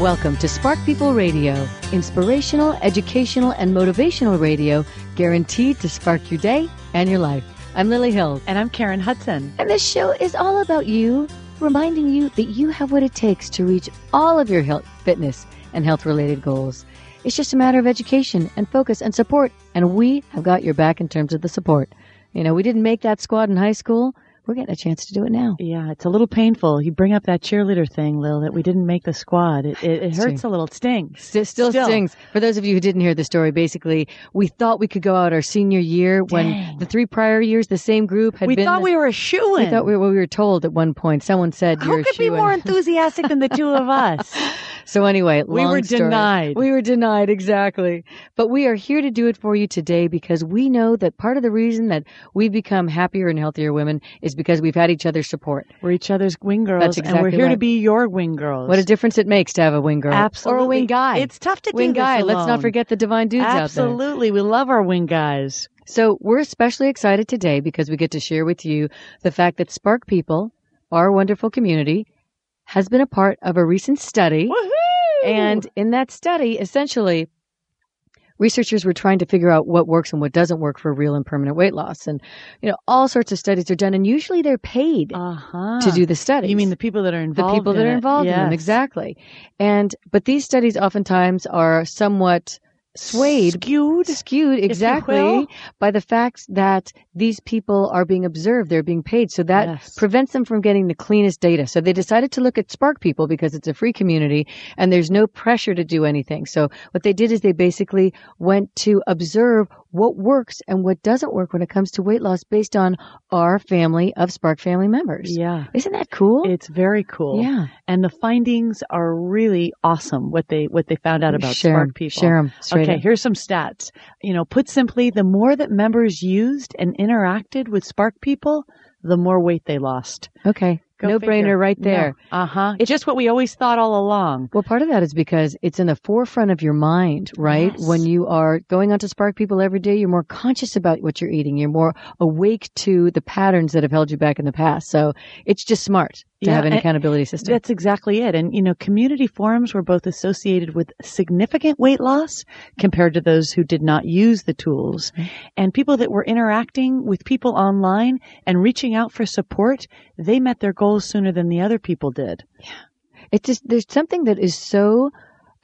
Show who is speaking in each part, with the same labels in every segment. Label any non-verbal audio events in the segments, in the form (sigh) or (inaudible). Speaker 1: Welcome to Spark People Radio, inspirational, educational, and motivational radio guaranteed to spark your day and your life. I'm Lily Hill.
Speaker 2: And I'm Karen Hudson.
Speaker 1: And this show is all about you, reminding you that you have what it takes to reach all of your health, fitness, and health related goals. It's just a matter of education and focus and support, and we have got your back in terms of the support. You know, we didn't make that squad in high school. We're getting a chance to do it now.
Speaker 2: Yeah, it's a little painful. You bring up that cheerleader thing, Lil, that we didn't make the squad. It, it, it hurts a little. It stings.
Speaker 1: It still, stings. For those of you who didn't hear the story, basically, we thought we could go out our senior year when
Speaker 2: Dang.
Speaker 1: the three prior years, the same group had
Speaker 2: We
Speaker 1: been.
Speaker 2: thought we were a shoe
Speaker 1: we
Speaker 2: in.
Speaker 1: thought we, well, we were told at one point. Someone said, "You're
Speaker 2: Who could be
Speaker 1: shoo-in."
Speaker 2: more enthusiastic than the two
Speaker 1: (laughs)
Speaker 2: of us?
Speaker 1: So anyway,
Speaker 2: We
Speaker 1: long
Speaker 2: were
Speaker 1: story.
Speaker 2: denied.
Speaker 1: We were denied exactly. But we are here to do it for you today because we know that part of the reason that we've become happier and healthier women is because we've had each other's support.
Speaker 2: We're each other's wing girls,
Speaker 1: That's
Speaker 2: and we're
Speaker 1: exactly
Speaker 2: here to
Speaker 1: right.
Speaker 2: be your wing girls.
Speaker 1: What a difference it makes to have a wing girl
Speaker 2: Absolutely.
Speaker 1: or a wing guy.
Speaker 2: It's tough to do
Speaker 1: wing
Speaker 2: this
Speaker 1: guy. Let's
Speaker 2: alone.
Speaker 1: not forget the divine dudes out there.
Speaker 2: Absolutely. We love our wing guys.
Speaker 1: So we're especially excited today because we get to share with you the fact that Spark People, our wonderful community, has been a part of a recent study.
Speaker 2: Woohoo!
Speaker 1: And in that study, essentially, researchers were trying to figure out what works and what doesn't work for real and permanent weight loss. And, you know, all sorts of studies are done, and usually they're paid
Speaker 2: uh-huh.
Speaker 1: to do the studies.
Speaker 2: You mean the people that are
Speaker 1: the
Speaker 2: involved
Speaker 1: people
Speaker 2: in
Speaker 1: that are
Speaker 2: it.
Speaker 1: involved in them,
Speaker 2: Yes.
Speaker 1: exactly. And, but these studies oftentimes are somewhat swayed
Speaker 2: Skewed.
Speaker 1: skewed
Speaker 2: you
Speaker 1: exactly
Speaker 2: will.
Speaker 1: by the fact that these people are being observed they're being paid so that
Speaker 2: Yes.
Speaker 1: prevents them from getting the cleanest data so they decided to look at spark people because it's a free community and there's no pressure to do anything so what they did is they basically went to observe what works and what doesn't work when it comes to weight loss based on our family of spark family members
Speaker 2: Yeah.
Speaker 1: isn't that cool
Speaker 2: It's very cool.
Speaker 1: yeah
Speaker 2: and the findings are really awesome. What they what they found out about
Speaker 1: share
Speaker 2: Spark
Speaker 1: 'em.
Speaker 2: people.
Speaker 1: share 'em straight
Speaker 2: okay,
Speaker 1: up.
Speaker 2: here's some stats. You know, put simply, the more that members used and interacted with Spark people, the more weight they lost.
Speaker 1: okay
Speaker 2: Go
Speaker 1: no
Speaker 2: figure.
Speaker 1: brainer right there
Speaker 2: Uh huh. It's just what we always thought all along.
Speaker 1: Well, part of that is because it's in the forefront of your mind, right?
Speaker 2: Yes.
Speaker 1: When you are going out to spark people every day, you're more conscious about what you're eating. You're more awake to the patterns that have held you back in the past. So it's just smart to
Speaker 2: Yeah,
Speaker 1: have an
Speaker 2: and-
Speaker 1: accountability system.
Speaker 2: That's exactly it. And you know, community forums were both associated with significant weight loss compared to those who did not use the tools. And people that were interacting with people online and reaching out for support, they met their goals sooner than the other people did.
Speaker 1: It's just, there's something that is so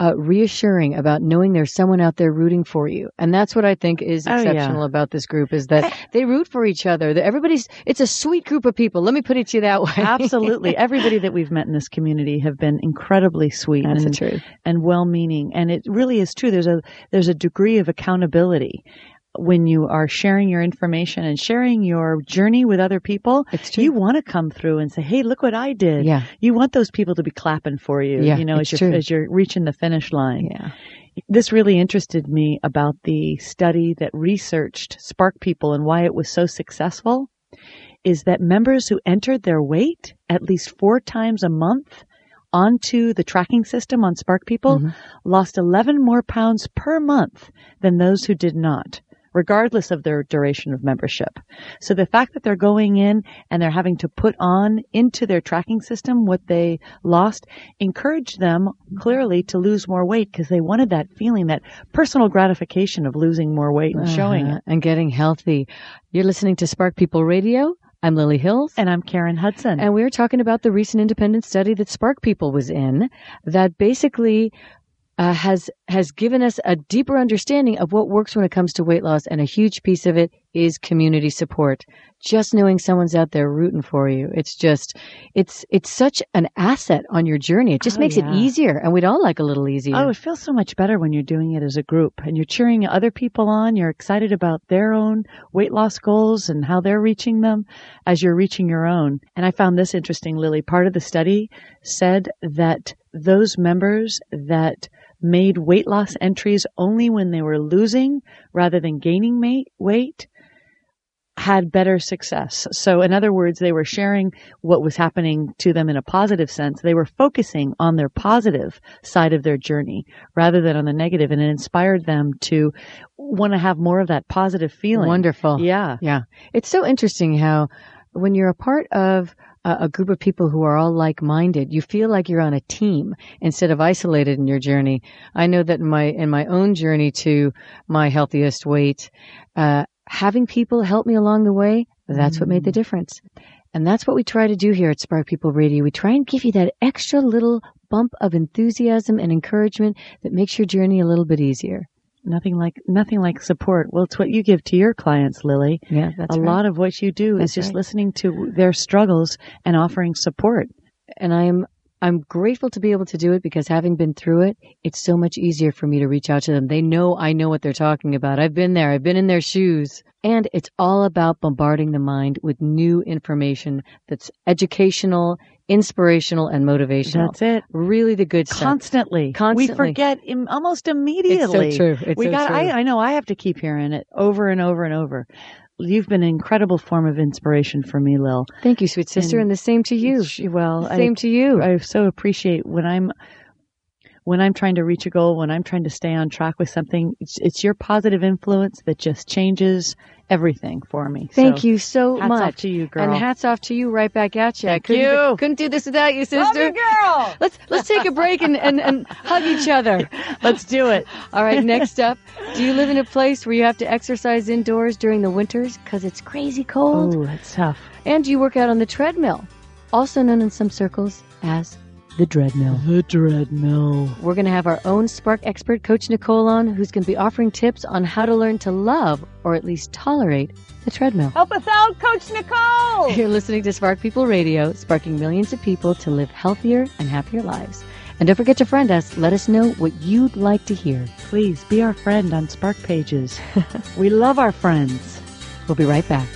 Speaker 1: uh, reassuring about knowing there's someone out there rooting for you. And that's what I think is
Speaker 2: Oh, yeah.
Speaker 1: exceptional about this group is that they root for each other. That Everybody's, it's a sweet group of people. Let me put it to you that way.
Speaker 2: Absolutely. Everybody that we've met in this community have been incredibly sweet
Speaker 1: (laughs) That's the
Speaker 2: and,
Speaker 1: truth.
Speaker 2: and well meaning. And it really is true. There's a there's a degree of accountability when you are sharing your information and sharing your journey with other people.
Speaker 1: It's true.
Speaker 2: You want to come through and say, Hey, look what I did.
Speaker 1: Yeah.
Speaker 2: You want those people to be clapping for you,
Speaker 1: Yeah,
Speaker 2: you know,
Speaker 1: it's
Speaker 2: as you're
Speaker 1: true.
Speaker 2: as you're reaching the finish line.
Speaker 1: yeah.
Speaker 2: This really interested me about the study that researched Spark People and why it was so successful is that members who entered their weight at least four times a month onto the tracking system on Spark People lost 11 more pounds per month than those who did not. Regardless of their duration of membership. So the fact that they're going in and they're having to put on into their tracking system what they lost encouraged them clearly to lose more weight because they wanted that feeling, that personal gratification of losing more weight and showing
Speaker 1: Uh-huh,
Speaker 2: it.
Speaker 1: and getting healthy. You're listening to Spark People Radio. I'm Lily Hills.
Speaker 2: And I'm Karen Hudson.
Speaker 1: And we're talking about the recent independent study that Spark People was in that basically uh, has has given us a deeper understanding of what works when it comes to weight loss and a huge piece of it is community support. Just knowing someone's out there rooting for you. It's just it's it's such an asset on your journey. It just
Speaker 2: Oh,
Speaker 1: makes it
Speaker 2: yeah.
Speaker 1: easier and we'd all like a little easier.
Speaker 2: Oh, it feels so much better when you're doing it as a group and you're cheering other people on. You're excited about their own weight loss goals and how they're reaching them as you're reaching your own. And I found this interesting, Lily. Part of the study said that those members that made weight loss entries only when they were losing rather than gaining ma- weight had better success. So in other words, they were sharing what was happening to them in a positive sense. They were focusing on their positive side of their journey rather than on the negative and it inspired them to want to have more of that positive feeling.
Speaker 1: Wonderful.
Speaker 2: Yeah.
Speaker 1: Yeah. It's so interesting how when you're a part of a, a group of people who are all like-minded, you feel like you're on a team instead of isolated in your journey. I know that in my in my own journey to my healthiest weight, uh, having people help me along the way, that's what made the difference. And that's what we try to do here at Spark People Radio. We try and give you that extra little bump of enthusiasm and encouragement that makes your journey a little bit easier.
Speaker 2: Nothing like nothing like support. Well, it's what you give to your clients, Lily.
Speaker 1: Yeah, that's
Speaker 2: a
Speaker 1: right.
Speaker 2: lot of what you do
Speaker 1: That's
Speaker 2: is just
Speaker 1: right.
Speaker 2: listening to their struggles and offering support.
Speaker 1: and I am I'm grateful to be able to do it because having been through it, it's so much easier for me to reach out to them. They know I know what they're talking about. I've been there. I've been in their shoes. And it's all about bombarding the mind with new information that's educational, inspirational, and motivational.
Speaker 2: That's it.
Speaker 1: really the good stuff.
Speaker 2: Constantly.
Speaker 1: Constantly.
Speaker 2: We forget Im- almost immediately.
Speaker 1: It's so true. It's
Speaker 2: we
Speaker 1: so
Speaker 2: got
Speaker 1: true.
Speaker 2: I, I know I have to keep hearing it over and over and over. You've been an incredible form of inspiration for me, Lil.
Speaker 1: Thank you, sweet sister, and,
Speaker 2: And
Speaker 1: the same to you.
Speaker 2: Sh- Well, I-
Speaker 1: same to you.
Speaker 2: I so appreciate when I'm when I'm trying to reach a goal, when I'm trying to stay on track with something, it's, it's your positive influence that just changes everything for me.
Speaker 1: Thank
Speaker 2: So,
Speaker 1: you so
Speaker 2: hats
Speaker 1: much.
Speaker 2: off to you, girl.
Speaker 1: And hats off to you right back at you. I couldn't,
Speaker 2: you.
Speaker 1: couldn't do this without you, sister.
Speaker 2: girl.
Speaker 1: Let's let's take a break and, and, and hug each other.
Speaker 2: Let's
Speaker 1: (laughs)
Speaker 2: do it.
Speaker 1: All right, next up, do you live in a place where you have to exercise indoors during the winters because it's crazy cold?
Speaker 2: Oh, that's tough.
Speaker 1: And do you work out on the treadmill, also known in some circles as the treadmill?
Speaker 2: The treadmill.
Speaker 1: We're going to have our own Spark expert, Coach Nicole, on who's going to be offering tips on how to learn to love or at least tolerate the treadmill.
Speaker 2: Help us out, Coach Nicole.
Speaker 1: You're listening to Spark People Radio, sparking millions of people to live healthier and happier lives. And don't forget to friend us. Let us know what you'd like to hear.
Speaker 2: Please be our friend on Spark Pages. (laughs) we love our friends.
Speaker 1: We'll be right back.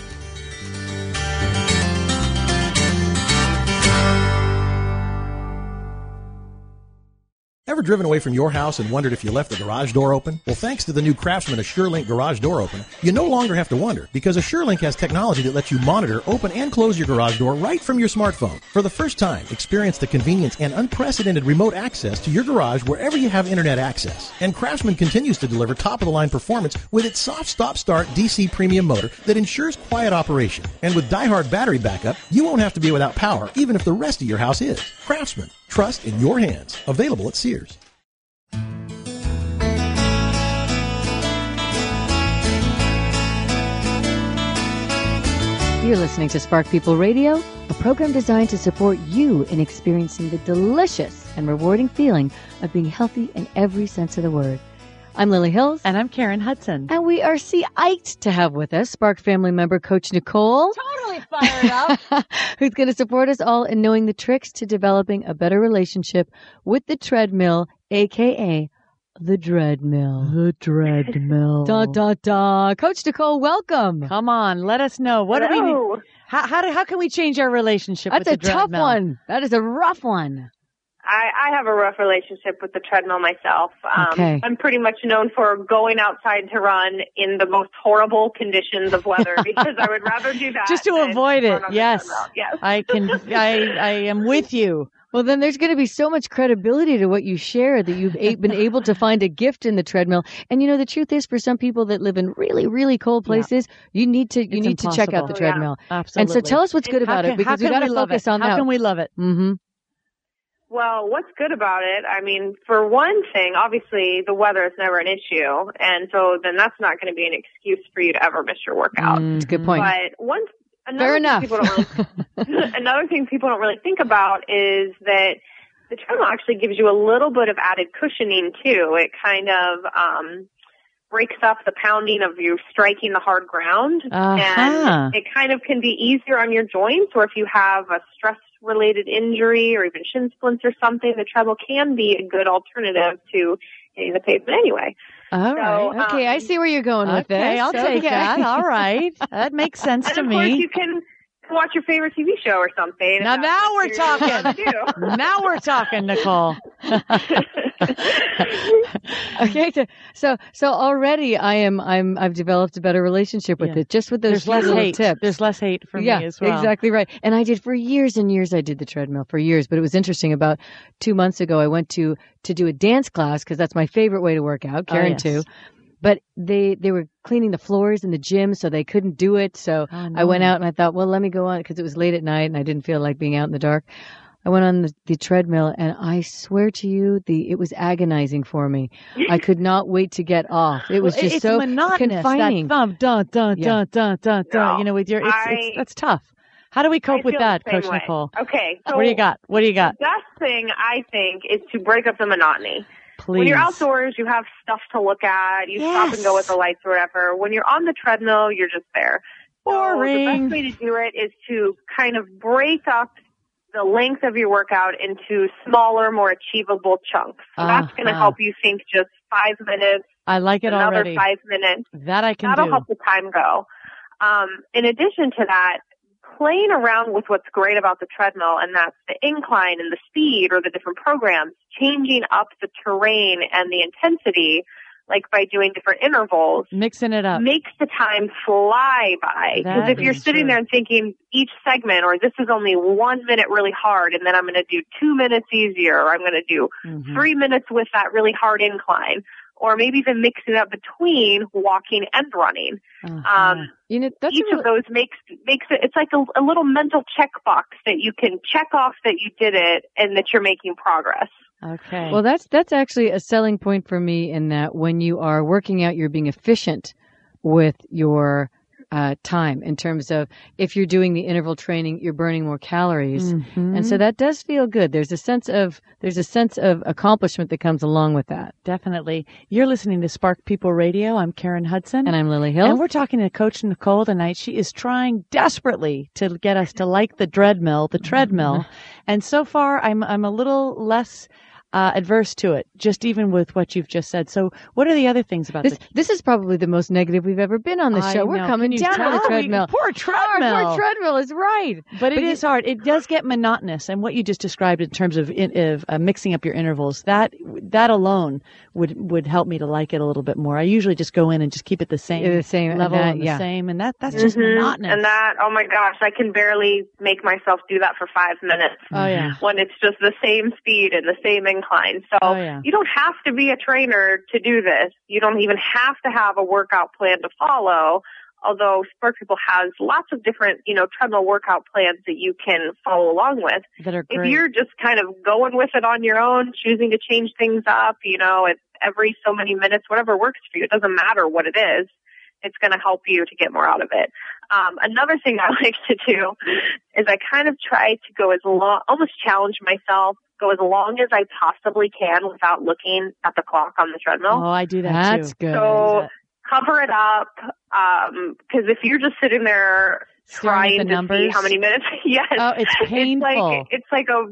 Speaker 3: Ever driven away from your house and wondered if you left the garage door open? Well, thanks to the new Craftsman AssureLink garage door opener, you no longer have to wonder because AssureLink has technology that lets you monitor, open, and close your garage door right from your smartphone. For the first time, experience the convenience and unprecedented remote access to your garage wherever you have internet access. And Craftsman continues to deliver top-of-the-line performance with its soft stop-start DC premium motor that ensures quiet operation. And with diehard battery backup, you won't have to be without power even if the rest of your house is. Craftsman, trust in your hands. Available at Sears.
Speaker 1: You're listening to Spark People Radio, a program designed to support you in experiencing the delicious and rewarding feeling of being healthy in every sense of the word. I'm Lily Hills,
Speaker 2: And I'm Karen Hudson.
Speaker 1: and we are C Iked to have with us Spark family member Coach Nicole,
Speaker 4: totally fired up.
Speaker 1: (laughs) who's going to support us all in knowing the tricks to developing a better relationship with the treadmill, aka the dreadmill.
Speaker 2: The (laughs) treadmill.
Speaker 1: Da da da! Coach Nicole, welcome.
Speaker 2: Come on, let us know. What do we need?
Speaker 4: Hello.
Speaker 2: How how, do, how can we change our relationship
Speaker 1: That's a
Speaker 2: with the
Speaker 1: tough
Speaker 2: treadmill?
Speaker 1: one. That is a rough one.
Speaker 4: I, I have a rough relationship with the treadmill myself. Um,
Speaker 1: Okay.
Speaker 4: I'm pretty much known for going outside to run in the most horrible conditions
Speaker 2: (laughs)
Speaker 4: of weather because I would rather do that
Speaker 2: Just to
Speaker 4: than
Speaker 2: avoid
Speaker 4: run
Speaker 2: it,
Speaker 4: on the
Speaker 2: yes.
Speaker 4: treadmill. Yes.
Speaker 2: I can I I am
Speaker 1: (laughs)
Speaker 2: with you.
Speaker 1: Well, then there's going to be so much credibility to what you share that you've a- been able to find a gift in the treadmill. And you know, the truth is, for some people that live in really, really cold
Speaker 2: Yeah.
Speaker 1: places, you need to you
Speaker 2: It's
Speaker 1: need to check out the
Speaker 2: impossible.
Speaker 4: Yeah.
Speaker 1: treadmill. And
Speaker 2: Absolutely.
Speaker 1: so, tell us what's good
Speaker 4: And
Speaker 1: about
Speaker 2: how
Speaker 1: it
Speaker 2: can,
Speaker 1: because
Speaker 2: how
Speaker 1: we got
Speaker 2: can
Speaker 1: to
Speaker 2: we love
Speaker 1: focus
Speaker 2: it?
Speaker 1: on
Speaker 2: how
Speaker 1: that.
Speaker 2: can we love it?
Speaker 1: mm-hmm.
Speaker 4: Well, what's good about it? I mean, for one thing, obviously the weather is never an issue, and so then that's not going to be an excuse for you to ever miss your workout.
Speaker 2: Mm.
Speaker 1: It's a good point.
Speaker 4: But once another
Speaker 1: Fair
Speaker 4: thing
Speaker 1: enough.
Speaker 4: people
Speaker 1: (laughs)
Speaker 4: don't really, (laughs) another thing people don't really think about is that the treadmill actually gives you a little bit of added cushioning too. It kind of um, breaks up the pounding of you striking the hard ground,
Speaker 2: Uh-huh.
Speaker 4: and it kind of can be easier on your joints. Or if you have a stress related injury or even shin splints or something, the treadmill can be a good alternative to hitting the pavement anyway.
Speaker 1: All
Speaker 4: so,
Speaker 1: right. Okay, I
Speaker 4: um,
Speaker 1: see where you're going with
Speaker 2: okay,
Speaker 1: this.
Speaker 2: I'll take
Speaker 1: Okay.
Speaker 2: that. All right. That makes sense
Speaker 4: And
Speaker 2: to
Speaker 4: of course,
Speaker 2: me.
Speaker 4: you can watch your favorite TV show or something.
Speaker 2: Now
Speaker 4: If
Speaker 2: now we're
Speaker 4: that's what (laughs) you're gonna
Speaker 2: Now we're talking, Nicole.
Speaker 4: do.
Speaker 1: (laughs) Okay, so- so so already I am I'm I've developed a better relationship with
Speaker 2: Yeah.
Speaker 1: it just with those
Speaker 2: There's
Speaker 1: few
Speaker 2: less
Speaker 1: little
Speaker 2: hate.
Speaker 1: tips.
Speaker 2: There's less hate for
Speaker 1: yeah,
Speaker 2: me as well.
Speaker 1: Exactly right. And I did for years and years. I did the treadmill for years, but it was interesting. About two months ago, I went to to do a dance class because that's my favorite way to work out.
Speaker 2: Oh,
Speaker 1: Karen
Speaker 2: yes.
Speaker 1: too. But they they were cleaning the floors in the gym, so they couldn't do it. So
Speaker 2: Oh,
Speaker 1: I went
Speaker 2: no.
Speaker 1: out and I thought, well, let me go on because it was late at night and I didn't feel like being out in the dark. I went on the, the treadmill and I swear to you, the it was agonizing for me. I could not wait to get off. It was
Speaker 2: (laughs) Well,
Speaker 1: just
Speaker 2: it's
Speaker 1: so
Speaker 2: monotonous.
Speaker 1: confining.
Speaker 2: That thump, dun, dun,
Speaker 1: Yeah.
Speaker 2: dun, dun, dun, dun.
Speaker 4: No,
Speaker 2: you know, with your, it's,
Speaker 4: I-
Speaker 2: it's, that's tough. How do we cope
Speaker 4: I
Speaker 2: with
Speaker 4: feel
Speaker 2: that,
Speaker 4: the same
Speaker 2: Coach
Speaker 4: way.
Speaker 2: Nicole?
Speaker 4: Okay. So
Speaker 2: what do you got? What do you
Speaker 4: The
Speaker 2: got?
Speaker 4: best thing I think is to break up the monotony.
Speaker 2: Please.
Speaker 4: When you're outdoors, you have stuff to look at. You stop and go
Speaker 2: Yes.
Speaker 4: with the lights or whatever. When you're on the treadmill, you're just there. So the
Speaker 2: Boring.
Speaker 4: best way to do it is to kind of break up the length of your workout into smaller, more achievable chunks. So that's going to
Speaker 2: Uh-huh.
Speaker 4: help you think just five minutes,
Speaker 2: I like it
Speaker 4: another
Speaker 2: already.
Speaker 4: five minutes.
Speaker 2: That I can
Speaker 4: That'll
Speaker 2: do.
Speaker 4: help the time go. Um, in addition to that, playing around with what's great about the treadmill, and that's the incline and the speed or the different programs, changing up the terrain and the intensity, like by doing different intervals,
Speaker 2: Mixing it up.
Speaker 4: makes the time fly by. Because
Speaker 2: That
Speaker 4: if you're
Speaker 2: is
Speaker 4: sitting
Speaker 2: true.
Speaker 4: there and thinking each segment, or this is only one minute really hard, and then I'm going to do two minutes easier, or I'm going to do
Speaker 2: Mhm.
Speaker 4: three minutes with that really hard incline, or maybe even mixing it up between walking and running
Speaker 2: Uh-huh.
Speaker 4: um,
Speaker 1: you know, that's a
Speaker 4: each
Speaker 1: really-
Speaker 4: of those makes makes it. It's like a, a little mental checkbox that you can check off that you did it and that you're making progress.
Speaker 2: okay.
Speaker 1: Well, that's that's actually a selling point for me in that when you are working out, you're being efficient with your uh, time in terms of if you're doing the interval training, you're burning more calories,
Speaker 2: Mhm.
Speaker 1: and so that does feel good. There's a sense of there's a sense of accomplishment that comes along with that.
Speaker 2: Mm-hmm. definitely. You're listening to Spark People Radio. I'm Karen Hudson.
Speaker 1: And I'm Lily Hill.
Speaker 2: And we're talking to Coach Nicole tonight. She is trying desperately to get us to like the treadmill, the treadmill.
Speaker 1: Mm-hmm.
Speaker 2: And so far, I'm I'm a little less uh, adverse to it, just even with what you've just said. So, what are the other things about
Speaker 1: this
Speaker 2: the
Speaker 1: this is probably the most negative we've ever been on the
Speaker 2: I
Speaker 1: show. We're
Speaker 2: know.
Speaker 1: coming
Speaker 2: Can you
Speaker 1: down on
Speaker 2: tell?
Speaker 1: the
Speaker 2: We-
Speaker 1: treadmill.
Speaker 2: Poor treadmill.
Speaker 1: Our poor treadmill is right.
Speaker 2: but it
Speaker 1: But
Speaker 2: is hard. It does get monotonous, and what you just described in terms of, in, of uh, mixing up your intervals that that alone would would help me to like it a little bit more. I usually just go in and just keep it the same,
Speaker 1: Yeah, the same, and
Speaker 2: level
Speaker 1: that-
Speaker 2: and the
Speaker 1: yeah.
Speaker 2: same, and that that's just
Speaker 4: Mhm.
Speaker 2: monotonous.
Speaker 4: And that, oh my gosh, I can barely make myself do that for five minutes
Speaker 2: oh yeah.
Speaker 4: when it's just the same speed and the same incline. So
Speaker 2: Oh, yeah.
Speaker 4: you don't have to be a trainer to do this. You don't even have to have a workout plan to follow. Although Spark People has lots of different, you know, treadmill workout plans that you can follow along with.
Speaker 2: that are
Speaker 4: if
Speaker 2: great.
Speaker 4: you're just kind of going with it on your own, choosing to change things up, you know, at every so many minutes, whatever works for you, it doesn't matter what it is. It's going to help you to get more out of it. Um, another thing (laughs) I like to do is I kind of try to go as long, almost challenge myself, go as long as I possibly can without looking at the clock on the treadmill.
Speaker 2: oh, I do that
Speaker 1: That's
Speaker 2: too.
Speaker 1: good.
Speaker 4: So- Cover it up, um, cause if you're just sitting there
Speaker 2: Staring
Speaker 4: trying
Speaker 2: at the
Speaker 4: to see
Speaker 2: numbers.
Speaker 4: how many minutes, (laughs) yes,
Speaker 2: Oh, it's painful.
Speaker 4: it's like it's like a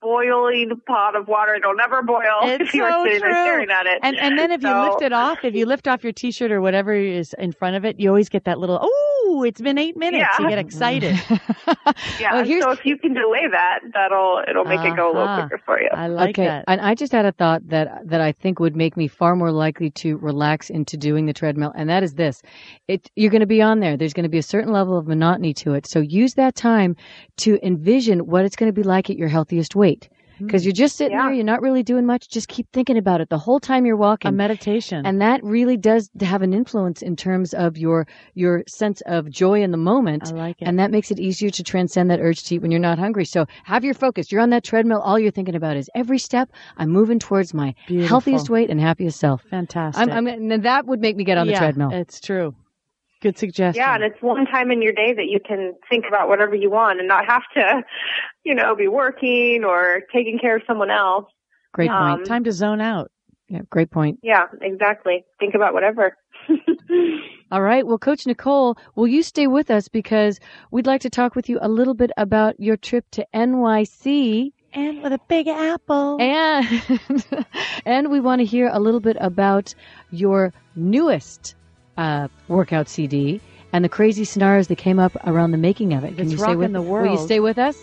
Speaker 4: boiling pot of water. It'll never boil (laughs)
Speaker 2: It's
Speaker 4: if you're
Speaker 2: so
Speaker 4: sitting
Speaker 2: true.
Speaker 4: there staring at it.
Speaker 2: and and then if you
Speaker 4: So-
Speaker 2: lift it off, if you lift off your t-shirt or whatever is in front of it, you always get that little oh, it's been eight minutes.
Speaker 4: Yeah.
Speaker 2: You get excited.
Speaker 4: (laughs) yeah.
Speaker 2: oh,
Speaker 1: Well, here's-
Speaker 4: so if you can delay that, that'll it'll make it go a little
Speaker 2: Uh-huh.
Speaker 4: quicker for you.
Speaker 2: I like
Speaker 1: okay,
Speaker 2: that.
Speaker 1: and I just had a thought that that I think would make me far more likely to relax into doing the treadmill, and that is this: it you're going to be on there. There's going to be a certain level of monotony to it, so use that time to envision what it's going to be like at your healthiest weight.
Speaker 2: Hmm.
Speaker 1: Because you're just sitting
Speaker 4: Yeah.
Speaker 1: there, you're not really doing much. Just keep thinking about it the whole time you're
Speaker 2: A
Speaker 1: walking,
Speaker 2: meditation.
Speaker 1: and that really does have an influence in terms of your your sense of joy in the moment.
Speaker 2: I like it.
Speaker 1: And that makes it easier to transcend that urge to eat when you're not hungry. So have your focus. You're on that treadmill. All you're thinking about is every step I'm moving towards my
Speaker 2: Beautiful.
Speaker 1: healthiest weight and happiest self.
Speaker 2: Fantastic.
Speaker 1: I'm, I'm, and that would make me get on
Speaker 2: yeah,
Speaker 1: the treadmill.
Speaker 2: It's true. Good suggestion.
Speaker 4: yeah, and it's one time in your day that you can think about whatever you want and not have to, (laughs) you know, be working or taking care of someone else.
Speaker 1: great
Speaker 4: um,
Speaker 1: point.
Speaker 2: time to zone out.
Speaker 1: Yeah, great point.
Speaker 4: Yeah, exactly. Think about whatever.
Speaker 1: All right. Well, Coach Nicole, will you stay with us because we'd like to talk with you a little bit about your trip to NYC.
Speaker 2: And with a big apple.
Speaker 1: And (laughs) and we want to hear a little bit about your newest uh, workout CD and the crazy scenarios that came up around the making of it. Can
Speaker 2: It's
Speaker 1: you stay
Speaker 2: rocking
Speaker 1: with
Speaker 2: the
Speaker 1: Will you
Speaker 2: world.
Speaker 1: stay with us?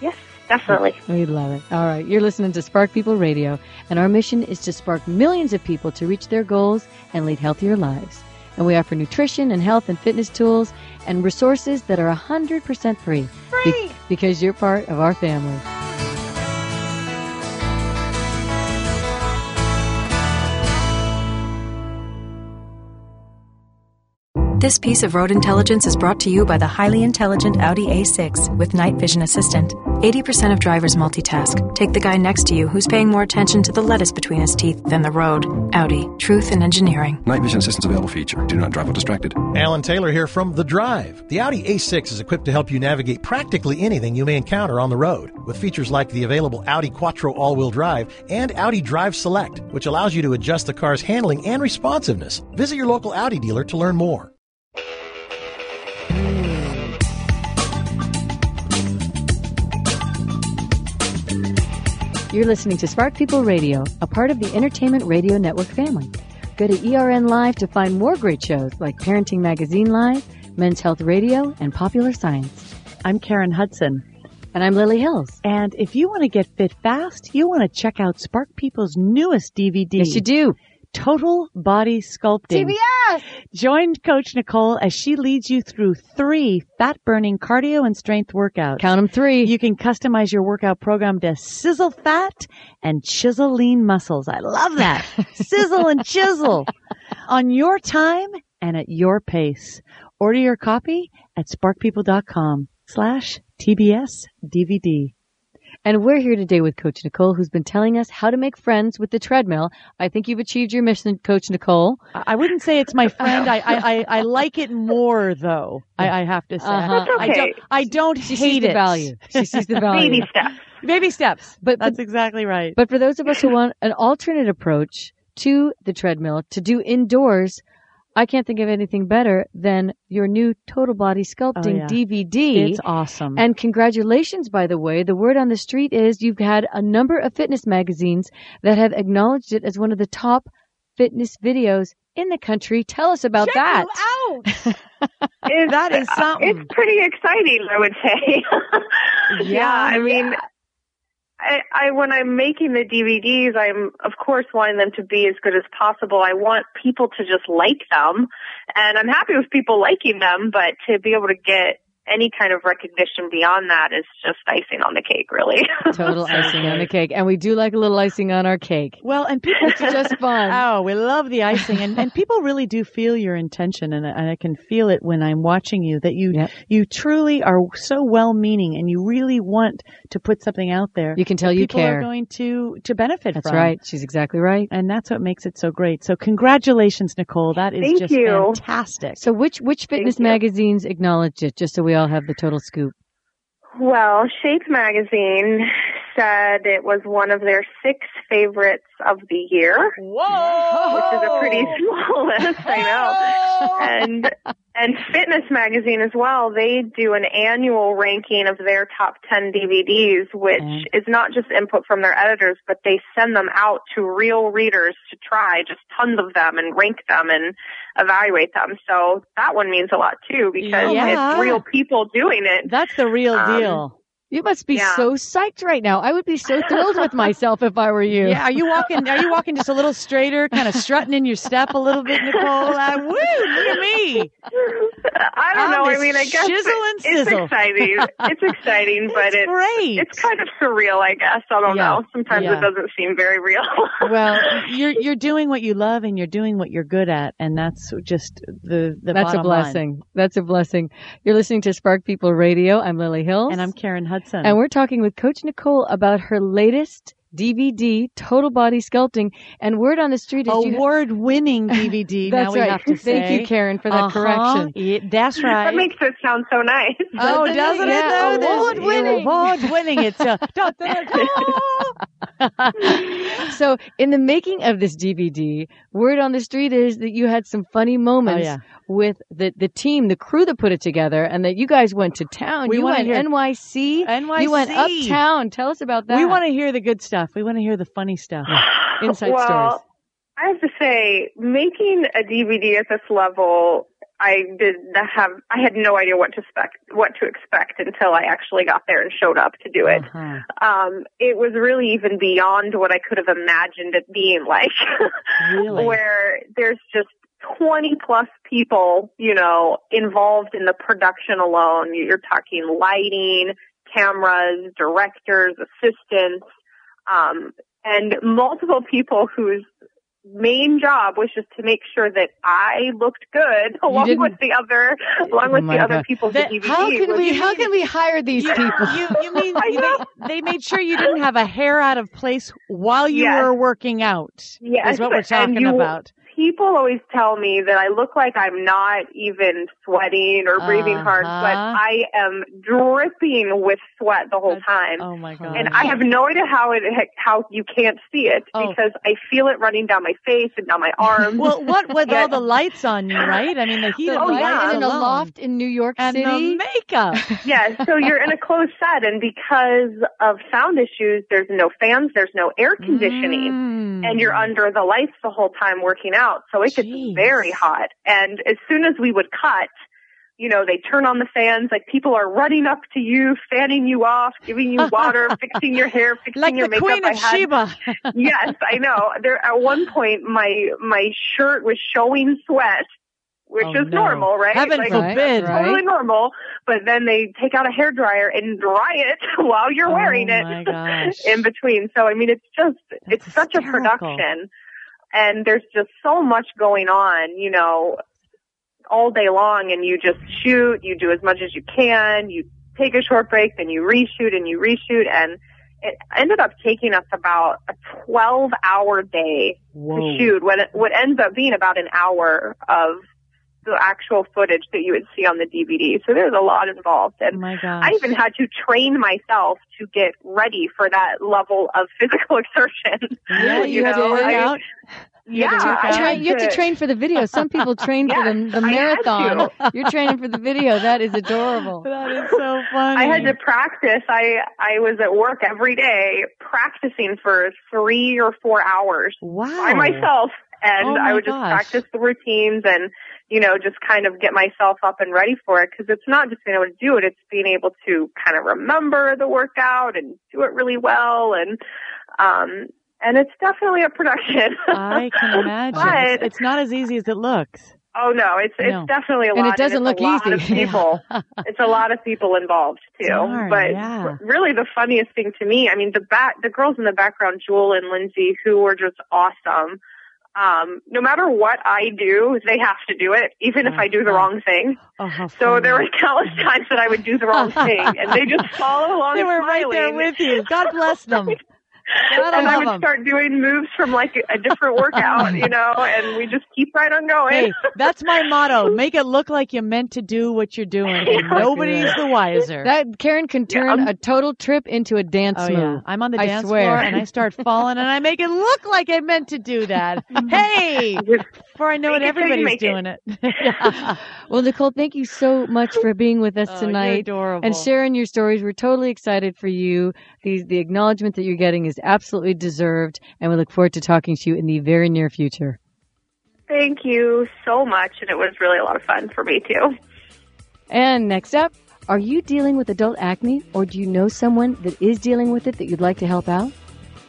Speaker 4: yes, definitely.
Speaker 1: We love it. All right, you're listening to Spark People Radio, and our mission is to spark millions of people to reach their goals and lead healthier lives. And we offer nutrition and health and fitness tools and resources that are 100% free. Free! because you're part of our family.
Speaker 5: This piece of road intelligence is brought to you by the highly intelligent Audi A6 with night vision assistant. 80% of drivers multitask. Take the guy next to you who's paying more attention to the lettuce between his teeth than the road. Audi, truth in engineering.
Speaker 6: Night vision assistance available feature. Do not drive while distracted.
Speaker 3: Alan Taylor here from The Drive. The Audi A6 is equipped to help you navigate practically anything you may encounter on the road, with features like the available Audi Quattro all wheel drive and Audi Drive Select, which allows you to adjust the car's handling and responsiveness. Visit your local Audi dealer to learn more.
Speaker 1: You're listening to Spark People Radio, a part of the Entertainment Radio Network family. Go to ERN Live to find more great shows like Parenting Magazine Live, Men's Health Radio, and Popular Science.
Speaker 2: I'm Karen Hudson.
Speaker 1: And I'm Lily Hills.
Speaker 2: And if you want to get fit fast, you want to check out Spark People's newest DVD.
Speaker 1: Yes, you do.
Speaker 2: Total Body Sculpting.
Speaker 1: TBS!
Speaker 2: Join Coach Nicole as she leads you through three fat burning cardio and strength workouts.
Speaker 1: Count 'em three.
Speaker 2: You can customize your workout program to sizzle fat and chisel lean muscles. I
Speaker 1: (laughs)
Speaker 2: love that. sizzle and chisel on your time and at your pace. Order your copy at sparkpeople.com slash TBS DVD.
Speaker 1: And we're here today with Coach Nicole, who's been telling us how to make friends with the treadmill. I think you've achieved your mission, Coach Nicole.
Speaker 2: I I wouldn't say it's my friend. I, I, I, I like it more though. I, I have to say.
Speaker 1: Uh-huh.
Speaker 4: That's
Speaker 2: I don't,
Speaker 4: okay.
Speaker 2: I don't
Speaker 1: She
Speaker 2: hate
Speaker 1: sees
Speaker 2: it.
Speaker 1: the value. She sees
Speaker 2: (laughs) Oh,
Speaker 1: the value.
Speaker 4: Baby steps.
Speaker 2: Baby steps.
Speaker 1: But-
Speaker 2: that's exactly right.
Speaker 1: But for those of us who want an alternate approach to the treadmill to do indoors, I can't think of anything better than your new total body sculpting
Speaker 2: Oh, yeah.
Speaker 1: DVD.
Speaker 2: it's awesome.
Speaker 1: and congratulations, by the way. The word on the street is you've had a number of fitness magazines that have acknowledged it as one of the top fitness videos in the country. Tell us about that. (laughs)
Speaker 4: It's,
Speaker 2: That is something.
Speaker 4: It's pretty exciting, I would say. (laughs) yeah, I mean, I, I when I'm making the DVDs, I'm of course wanting them to be as good as possible. I want people to just like them, and I'm happy with people liking them. But to be able to get any kind of recognition beyond that is just icing on the cake, really. (laughs)
Speaker 1: Total icing on the cake. And we do like a little icing on our cake.
Speaker 2: well, and people
Speaker 1: It's (laughs)
Speaker 2: (laughs)
Speaker 1: just fun.
Speaker 2: Oh, we love the icing, and, and people really do feel your intention, and, I- and I can feel it when I'm watching you that you
Speaker 1: Yep.
Speaker 2: you truly are so well-meaning, and you really want to put something out there.
Speaker 1: You can tell
Speaker 2: that
Speaker 1: you
Speaker 2: people
Speaker 1: care.
Speaker 2: are going to to benefit.
Speaker 1: That's
Speaker 2: from.
Speaker 1: right. She's exactly right.
Speaker 2: and that's what makes it so great. So congratulations, Nicole. That is
Speaker 4: Thank
Speaker 2: just
Speaker 4: you.
Speaker 2: fantastic.
Speaker 1: So which which fitness
Speaker 4: you.
Speaker 1: magazines acknowledged it? Just so we all have the total scoop.
Speaker 4: Well, Shape magazine said it was one of their six favorites of the year. Whoa! Which is a pretty small list, I know. And and Fitness magazine as well. They do an annual ranking of their top ten DVDs, which is not just input from their editors, but they send them out to real readers to try, just tons of them, and rank them and evaluate them. So that one means a lot too because
Speaker 2: Yeah.
Speaker 4: it's real people doing it.
Speaker 2: that's the real
Speaker 4: Um,
Speaker 2: deal.
Speaker 1: You must be
Speaker 4: Yeah.
Speaker 1: so psyched right now. I would be so thrilled
Speaker 2: (laughs)
Speaker 1: with myself if I were you.
Speaker 2: Yeah, are you walking? Are you walking just a little straighter, kind of strutting in your step a little bit, Nicole? Like, woo! Look
Speaker 1: (laughs)
Speaker 2: at me.
Speaker 4: I don't
Speaker 2: I'm
Speaker 4: know. I
Speaker 2: just
Speaker 4: mean, I guess
Speaker 2: shizzle and
Speaker 4: it- it's
Speaker 2: sizzle. (laughs)
Speaker 4: exciting. It's exciting, but
Speaker 2: It's
Speaker 4: it's
Speaker 2: great.
Speaker 4: it's kind of surreal. I guess I don't
Speaker 2: Yeah.
Speaker 4: know. Sometimes
Speaker 2: Yeah.
Speaker 4: it doesn't seem very real. (laughs)
Speaker 2: well, you're you're doing what you love and you're doing what you're good at, and that's just the the
Speaker 1: That's a
Speaker 2: bottom line.
Speaker 1: blessing. That's a blessing. You're listening to Spark People Radio. I'm Lily Hills.
Speaker 2: And I'm Karen Hudson.
Speaker 1: and we're talking with Coach Nicole about her latest DVD, Total Body Sculpting. And word on the street is you
Speaker 2: award
Speaker 1: (laughs)
Speaker 2: winning DVD.
Speaker 1: That's
Speaker 2: Oh, now we
Speaker 1: right.
Speaker 2: have to
Speaker 1: Thank
Speaker 2: say.
Speaker 1: you, Karen, for that
Speaker 2: Uh-huh. (laughs)
Speaker 1: correction. (laughs)
Speaker 2: Yeah, that's right.
Speaker 4: that makes it sound so nice.
Speaker 2: (laughs) Oh,
Speaker 1: Doesn't it?
Speaker 2: doesn't it?
Speaker 1: Yeah,
Speaker 2: though? There's-
Speaker 1: award-winning.
Speaker 2: you're Award-winning. It's uh,
Speaker 1: (laughs)
Speaker 2: a, don't- (laughs) don't- don't.
Speaker 1: So, in the making of this DVD, word on the street is that you had some funny moments
Speaker 2: Oh, yeah.
Speaker 1: with the, the team, the crew that put it together, and that you guys went to town.
Speaker 2: We
Speaker 1: you went
Speaker 2: wanna hear-
Speaker 1: NYC. You went
Speaker 2: NYC.
Speaker 1: uptown. Tell us about that.
Speaker 2: we want to hear the good stuff. We want to hear the
Speaker 1: (sighs)
Speaker 2: funny stuff.
Speaker 1: inside
Speaker 4: well,
Speaker 1: stories.
Speaker 4: I have to say, making a DVD at this level, I did not have. I had no idea what to expect, what to expect until I actually got there and showed up to do it.
Speaker 2: Uh-huh.
Speaker 4: Um, it was really even beyond what I could have imagined it being like. (laughs)
Speaker 2: Really?
Speaker 4: where there's just 20 plus people, you know, involved in the production alone. You're talking lighting, cameras, directors, assistants, um, and multiple people whose main job was just to make sure that I looked good along
Speaker 1: didn't- Oh
Speaker 4: with the other, along with
Speaker 1: my
Speaker 4: the other
Speaker 1: God.
Speaker 4: people
Speaker 1: That-
Speaker 4: who DVD.
Speaker 1: how
Speaker 2: E.
Speaker 1: can
Speaker 4: was-
Speaker 1: we how can we hire these
Speaker 2: (laughs)
Speaker 1: people?
Speaker 2: You, you mean
Speaker 4: (laughs) I
Speaker 2: you made, they made sure you didn't have a hair out of place while you
Speaker 4: Yes.
Speaker 2: were working out?
Speaker 4: Yes,
Speaker 2: is what we're
Speaker 4: but- (laughs) and
Speaker 2: talking
Speaker 4: you-
Speaker 2: about.
Speaker 4: people always tell me that I look like I'm not even sweating or breathing hard, but
Speaker 2: Uh-huh.
Speaker 4: I am dripping with sweat the whole time.
Speaker 2: Oh my god!
Speaker 4: And I have no idea how it how you can't see it
Speaker 2: Oh.
Speaker 4: because I feel it running down my face
Speaker 2: (laughs)
Speaker 4: and down my
Speaker 2: (laughs)
Speaker 4: arms.
Speaker 2: well, what with
Speaker 4: Yeah.
Speaker 2: all the lights on you, right? I mean, the heat
Speaker 1: The
Speaker 2: of
Speaker 4: Oh,
Speaker 1: light
Speaker 4: yeah.
Speaker 1: in a
Speaker 2: alone.
Speaker 1: loft in New York
Speaker 2: and
Speaker 1: City.
Speaker 2: the makeup.
Speaker 4: yeah, so you're in a closed set, and because of sound issues, there's no fans, there's no air (laughs) conditioning. and
Speaker 2: Mm.
Speaker 4: you're under the lights the whole time working out. So it gets
Speaker 2: Mm-hmm. Jeez.
Speaker 4: very hot. And as soon as we would cut, you know, they turn on the fans, like people are running up to you, fanning you off, giving you
Speaker 2: (laughs)
Speaker 4: water, fixing your hair, fixing
Speaker 2: like
Speaker 4: your
Speaker 2: the
Speaker 4: makeup.
Speaker 2: Queen
Speaker 4: I
Speaker 2: of
Speaker 4: had,
Speaker 2: Sheba.
Speaker 4: (laughs) yes, I know. There at one point my my shirt was showing sweat, which
Speaker 2: Oh,
Speaker 4: is
Speaker 2: no.
Speaker 4: normal, right?
Speaker 2: Heaven
Speaker 4: Like,
Speaker 1: Right,
Speaker 2: forbid.
Speaker 1: right.
Speaker 4: Totally normal, but then they take out a hair dryer and dry it (laughs) while you're
Speaker 2: Oh,
Speaker 4: wearing it
Speaker 2: my
Speaker 4: (laughs)
Speaker 2: gosh.
Speaker 4: in between. So I mean, it's just it's such a
Speaker 2: hysterical.
Speaker 4: production, and there's just so much going on, you know, all day long. And you just shoot, you do as much as you can, you take a short break, then you reshoot and you reshoot, and it ended up taking us about a 12 hour day
Speaker 2: Whoa.
Speaker 4: to shoot. What it- what ends up being about an hour of the actual footage that you would see on the DVD. So there's a lot involved, and
Speaker 2: Oh my gosh.
Speaker 4: I even had to train myself to get ready for that level of (laughs) physical exertion. (laughs)
Speaker 2: yeah, you,
Speaker 1: you
Speaker 2: had to
Speaker 1: know,
Speaker 2: work
Speaker 1: I-
Speaker 2: out.
Speaker 4: Yeah,
Speaker 2: to work
Speaker 4: I
Speaker 2: out.
Speaker 1: Train-
Speaker 4: had
Speaker 1: you have to train for the video. Some people train
Speaker 2: (laughs)
Speaker 1: for the,
Speaker 4: Yes,
Speaker 1: the
Speaker 4: I had
Speaker 1: marathon. You're training for the video. That is adorable.
Speaker 2: (laughs) That is so funny.
Speaker 4: I had to practice. I I was at work every day practicing for three or four hours
Speaker 2: Wow.
Speaker 4: by myself, and
Speaker 2: Oh my
Speaker 4: I would just
Speaker 2: gosh.
Speaker 4: practice the routines and you know just kind of get myself up and ready for it because it's not just being able to do it; it's being able to kind of remember the workout and do it really well, and um and it's definitely a production. (laughs)
Speaker 2: I can imagine. It's,
Speaker 4: But-
Speaker 2: it's not as easy as it looks.
Speaker 4: Oh no, it's it's
Speaker 2: No.
Speaker 4: definitely a
Speaker 1: And it
Speaker 4: lot.
Speaker 1: doesn't look
Speaker 4: it's a
Speaker 2: (laughs)
Speaker 4: lot
Speaker 1: easy.
Speaker 4: Of people. it's a lot of people involved too.
Speaker 2: Darn,
Speaker 4: but
Speaker 2: yeah.
Speaker 4: really, the funniest thing to me, I mean, the back, the girls in the background, Jewel and Lindsay, who were just awesome. Um, no matter what I do, they have to do it, even if I do the wrong thing.
Speaker 2: Oh, how
Speaker 4: So
Speaker 2: funny.
Speaker 4: there were (laughs) countless times that I would do the wrong thing, and they just follow along.
Speaker 2: They were right there
Speaker 4: smiling.
Speaker 2: with you. God bless
Speaker 4: (laughs)
Speaker 2: them. Gotta
Speaker 4: And I
Speaker 2: love
Speaker 4: would
Speaker 2: 'em.
Speaker 4: start doing moves from like a different workout,
Speaker 2: (laughs)
Speaker 4: you know, and we just keep right on going.
Speaker 2: Hey, that's
Speaker 4: (laughs)
Speaker 2: my motto. Make it look like you meant to do what you're doing, and nobody's the wiser.
Speaker 1: That Karen can turn a total trip into a dance
Speaker 2: oh
Speaker 1: move.
Speaker 2: yeah, I'm on the
Speaker 1: I
Speaker 2: dance
Speaker 1: swear.
Speaker 2: floor and I (laughs) start falling, and I make it look like I meant to do that.
Speaker 4: (laughs)
Speaker 2: hey, before I know it,
Speaker 4: Make it till Mm-hmm. you
Speaker 2: everybody's
Speaker 4: make it.
Speaker 2: doing
Speaker 4: (laughs)
Speaker 2: it. Yeah.
Speaker 1: Well, Nicole, thank you so much for being with us
Speaker 2: Oh, you're
Speaker 1: tonight
Speaker 2: adorable.
Speaker 1: and sharing your stories. We're totally excited for you. The the acknowledgement that you're getting is absolutely deserved, and we look forward to talking to you in the very near future.
Speaker 4: Thank you so much, and it was really a lot of fun for me too.
Speaker 1: And next up, are you dealing with adult acne, or do you know someone that is dealing with it that you'd like to help out?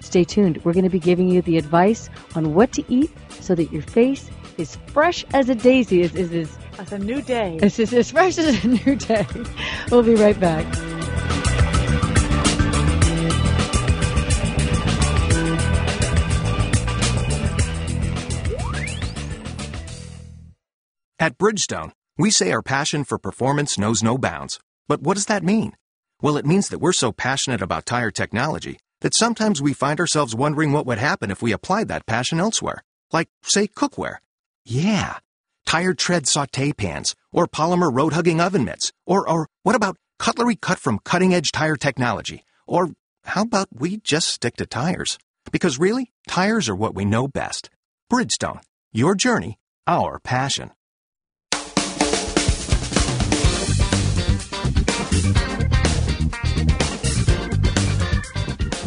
Speaker 1: Stay tuned. We're going to be giving you the advice on what to eat so that your face is fresh as a daisy. Is is is
Speaker 2: It's a new day.
Speaker 1: This is as fresh as a new day. (laughs) We'll be right back.
Speaker 6: At Bridgestone, we say our passion for performance knows no bounds. But what does that mean? Well, it means that we're so passionate about tire technology that sometimes we find ourselves wondering what would happen if we applied that passion elsewhere, like, say, cookware. Yeah, tire tread saute pans, or polymer road hugging oven mitts, or, or what about cutlery cut from cutting edge tire technology? Or how about we just stick to tires? Because really, tires are what we know best. Bridgestone, your journey, our passion.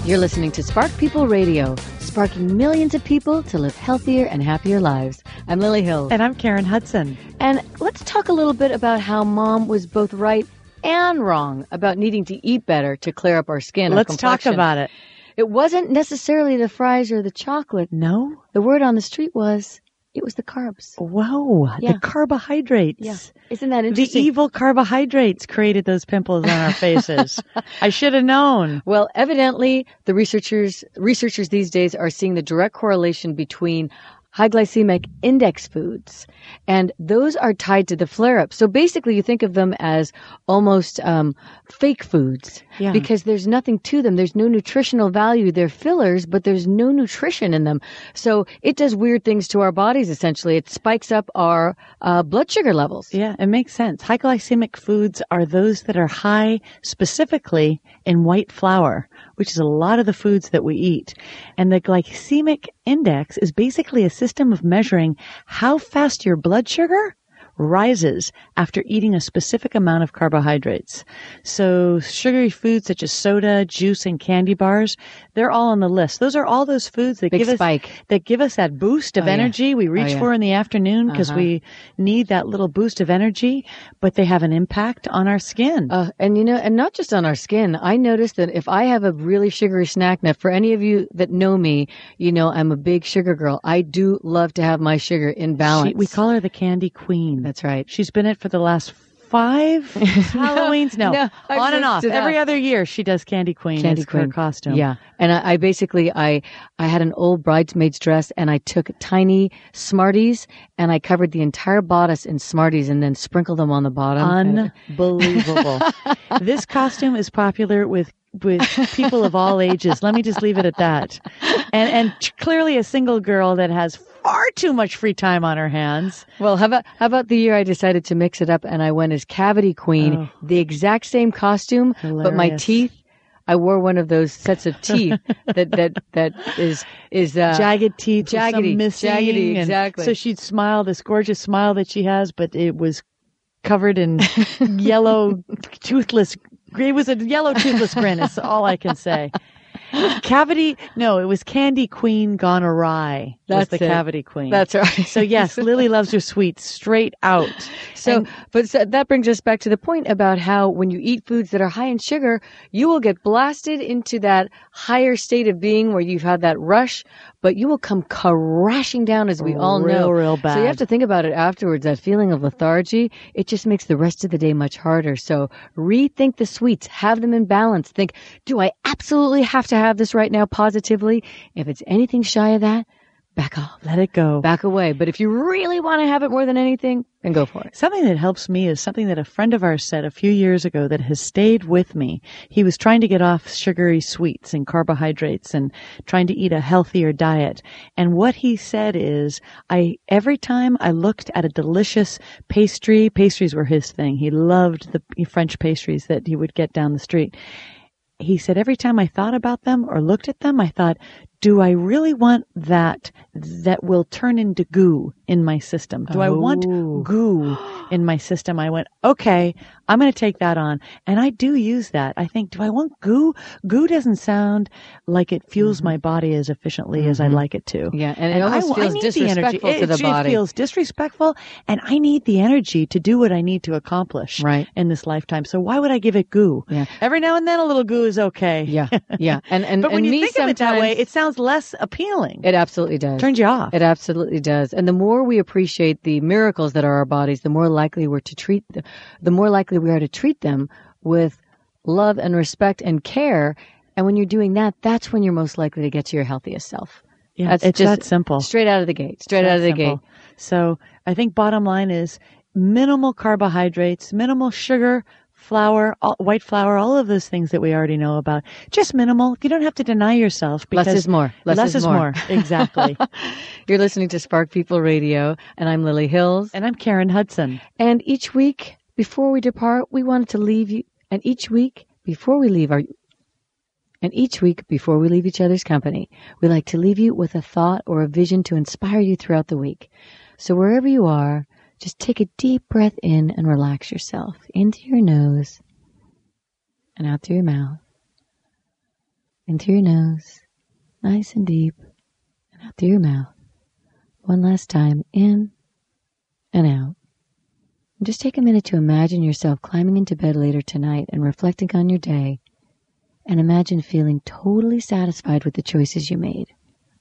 Speaker 1: You're listening to Spark People Radio, sparking millions of people to live healthier and happier lives. I'm Lily Hill.
Speaker 2: And I'm Karen Hudson.
Speaker 1: And let's talk a little bit about how mom was both right and wrong about needing to eat better to clear up our skin. our
Speaker 2: Let's talk
Speaker 1: complexion.
Speaker 2: about it.
Speaker 1: It wasn't necessarily the fries or the chocolate.
Speaker 2: No,
Speaker 1: The word on the street was it was the carbs.
Speaker 2: whoa,
Speaker 1: Yeah.
Speaker 2: the carbohydrates.
Speaker 1: Yeah. Isn't that
Speaker 2: The
Speaker 1: interesting?
Speaker 2: evil carbohydrates created those pimples on our faces. I should have known.
Speaker 1: (laughs) Well, evidently, the researchers researchers these days are seeing the direct correlation between high glycemic index foods. And those are tied to the flare up. So basically, you think of them as almost um, fake foods
Speaker 2: Yeah.
Speaker 1: because there's nothing to them. There's no nutritional value. They're fillers, but there's no nutrition in them. So it does weird things to our bodies, essentially. It spikes up our uh, blood sugar levels.
Speaker 2: Yeah, it makes sense. High glycemic foods are those that are high specifically in white flour, which is a lot of the foods that we eat. And the glycemic index is basically a system of measuring how fast your blood sugar rises after eating a specific amount of carbohydrates. So sugary foods such as soda, juice, and candy bars, they're all on the list. Those are all those foods that
Speaker 1: Big
Speaker 2: give us
Speaker 1: spike.
Speaker 2: that give us that boost of
Speaker 1: Oh, yeah.
Speaker 2: energy we reach
Speaker 1: yeah. Uh-huh.
Speaker 2: for in the afternoon because we need that little boost of energy, but they have an impact on our skin.
Speaker 1: Uh, and you know, and not just on our skin. I noticed that if I have a really sugary snack, now for any of you that know me, you know I'm a big sugar girl. I do love to have my sugar in balance.
Speaker 2: She- we call her the candy queen.
Speaker 1: That's right.
Speaker 2: She's been it for the last five
Speaker 1: (laughs)
Speaker 2: Halloweens. No,
Speaker 1: no, I've
Speaker 2: on and off.
Speaker 1: mixed it up.
Speaker 2: Every other year, she does candy queen.
Speaker 1: Candy
Speaker 2: as her
Speaker 1: Queen
Speaker 2: costume.
Speaker 1: Yeah, and I, I basically I I had an old bridesmaid's dress, and I took tiny Smarties, and I covered the entire bodice in Smarties, and then sprinkled them on the bottom. And- (laughs)
Speaker 2: Unbelievable. this costume is popular with with people of all ages. Let me just leave it at that. And and t- clearly a single girl that has far too much free time on her hands.
Speaker 1: well, how about how about the year I decided to mix it up, and I went as Cavity Queen, the exact same costume, but my
Speaker 2: Oh. Hilarious.
Speaker 1: teeth. I wore one of those sets of
Speaker 2: (laughs)
Speaker 1: teeth that that that is is uh,
Speaker 2: Jagged teeth, with some
Speaker 1: jaggedy,
Speaker 2: missing,
Speaker 1: jaggedy,
Speaker 2: and
Speaker 1: exactly.
Speaker 2: So she'd smile, this gorgeous smile that she has, but it was
Speaker 1: (laughs)
Speaker 2: covered in yellow, toothless. It was a yellow toothless grin. Is all I can say. Cavity? No, it was Candy Queen gone awry. was
Speaker 1: That's
Speaker 2: the
Speaker 1: it.
Speaker 2: Cavity Queen.
Speaker 1: That's right.
Speaker 2: So yes, Lily loves her sweets straight out.
Speaker 1: So, but so that brings us back to the point about how when you eat foods that are high in sugar, you will get blasted into that higher state of being where you've had that rush, but you will come crashing down, as we all
Speaker 2: Real,
Speaker 1: know.
Speaker 2: real
Speaker 1: So you have
Speaker 2: bad.
Speaker 1: to think about it afterwards. That feeling of lethargy, it just makes the rest of the day much harder. So rethink the sweets, have them in balance. Think, do I absolutely have to have this right now? Positively, if it's anything shy of that, back off.
Speaker 2: Let it go.
Speaker 1: Back away. But if you really want to have it more than anything, then go for it.
Speaker 2: Something that helps me is something that a friend of ours said a few years ago that has stayed with me. He was trying to get off sugary sweets and carbohydrates and trying to eat a healthier diet. And what he said is, I, every time I looked at a delicious pastry, pastries were his thing. He loved the French pastries that he would get down the street. he said every time I thought about them or looked at them, I thought, do I really want that that will turn into goo in my system? Do I want
Speaker 1: Oh.
Speaker 2: goo in my system? I went, okay, I'm going to take that on. And I do use that. I think, do I want goo? Goo doesn't sound like it fuels my body as efficiently as I like it to.
Speaker 1: Mm-hmm. Yeah, and it almost
Speaker 2: wa-
Speaker 1: feels
Speaker 2: need the
Speaker 1: disrespectful
Speaker 2: energy.
Speaker 1: to the
Speaker 2: it,
Speaker 1: body.
Speaker 2: It feels disrespectful, and I need the energy to do what I need to accomplish
Speaker 1: Right.
Speaker 2: in this lifetime. So why would I give it goo?
Speaker 1: Yeah.
Speaker 2: Every now and then, a little goo is okay.
Speaker 1: Yeah, yeah, and and
Speaker 2: (laughs) But
Speaker 1: and
Speaker 2: when
Speaker 1: me
Speaker 2: you think of it that way,
Speaker 1: sometimes-
Speaker 2: it sounds less appealing.
Speaker 1: it absolutely does.
Speaker 2: turns you off.
Speaker 1: It absolutely does. And the more we appreciate the miracles that are our bodies, the more likely we're to treat the, the more likely we are to treat them with love and respect and care. And when you're doing that, that's when you're most likely to get to your healthiest self.
Speaker 2: Yeah,
Speaker 1: that's
Speaker 2: it's
Speaker 1: just
Speaker 2: that simple.
Speaker 1: Straight out of the gate. Straight out of the
Speaker 2: simple.
Speaker 1: gate.
Speaker 2: So I think bottom line is minimal carbohydrates, minimal sugar, flour, all, white flour, all of those things that we already know about. Just minimal. You don't have to deny yourself.
Speaker 1: Less
Speaker 2: Because
Speaker 1: is more. Less is more. (laughs)
Speaker 2: Exactly.
Speaker 1: You're listening to Spark People Radio, and I'm Lily Hills.
Speaker 2: and I'm Karen Hudson.
Speaker 1: And each week before we depart, we wanted to leave you. And each week before we leave our, and each week before we leave each other's company, we like to leave you with a thought or a vision to inspire you throughout the week. So wherever you are, just take a deep breath in and relax yourself into your nose and out through your mouth. Into your nose, nice and deep, and out through your mouth. One last time, in and out. And Just take a minute to imagine yourself climbing into bed later tonight and reflecting on your day. And imagine feeling totally satisfied with the choices you made.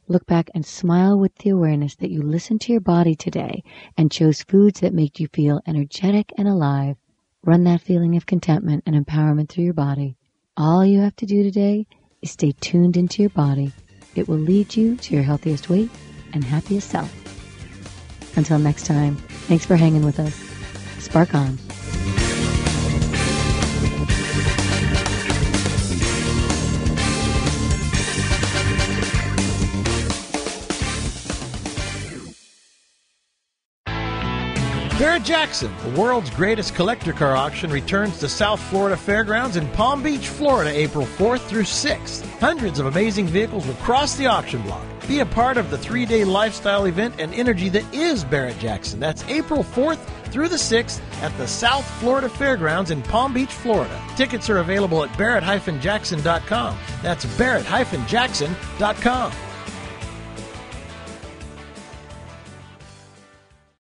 Speaker 1: Look back and smile with the awareness that you listened to your body today and chose foods that make you feel energetic and alive. Run that feeling of contentment and empowerment through your body. All you have to do today is stay tuned into your body. It will lead you to your healthiest weight and happiest self. Until next time, thanks for hanging with us. Spark on.
Speaker 3: Barrett Jackson, the world's greatest collector car auction, returns to South Florida Fairgrounds in Palm Beach, Florida, April 4th through 6th. Hundreds of amazing vehicles will cross the auction block. Be a part of the three day lifestyle event and energy that is Barrett Jackson. That's April 4th through the 6th at the South Florida Fairgrounds in Palm Beach, Florida. Tickets are available at barrett-jackson.com. That's barrett-jackson.com.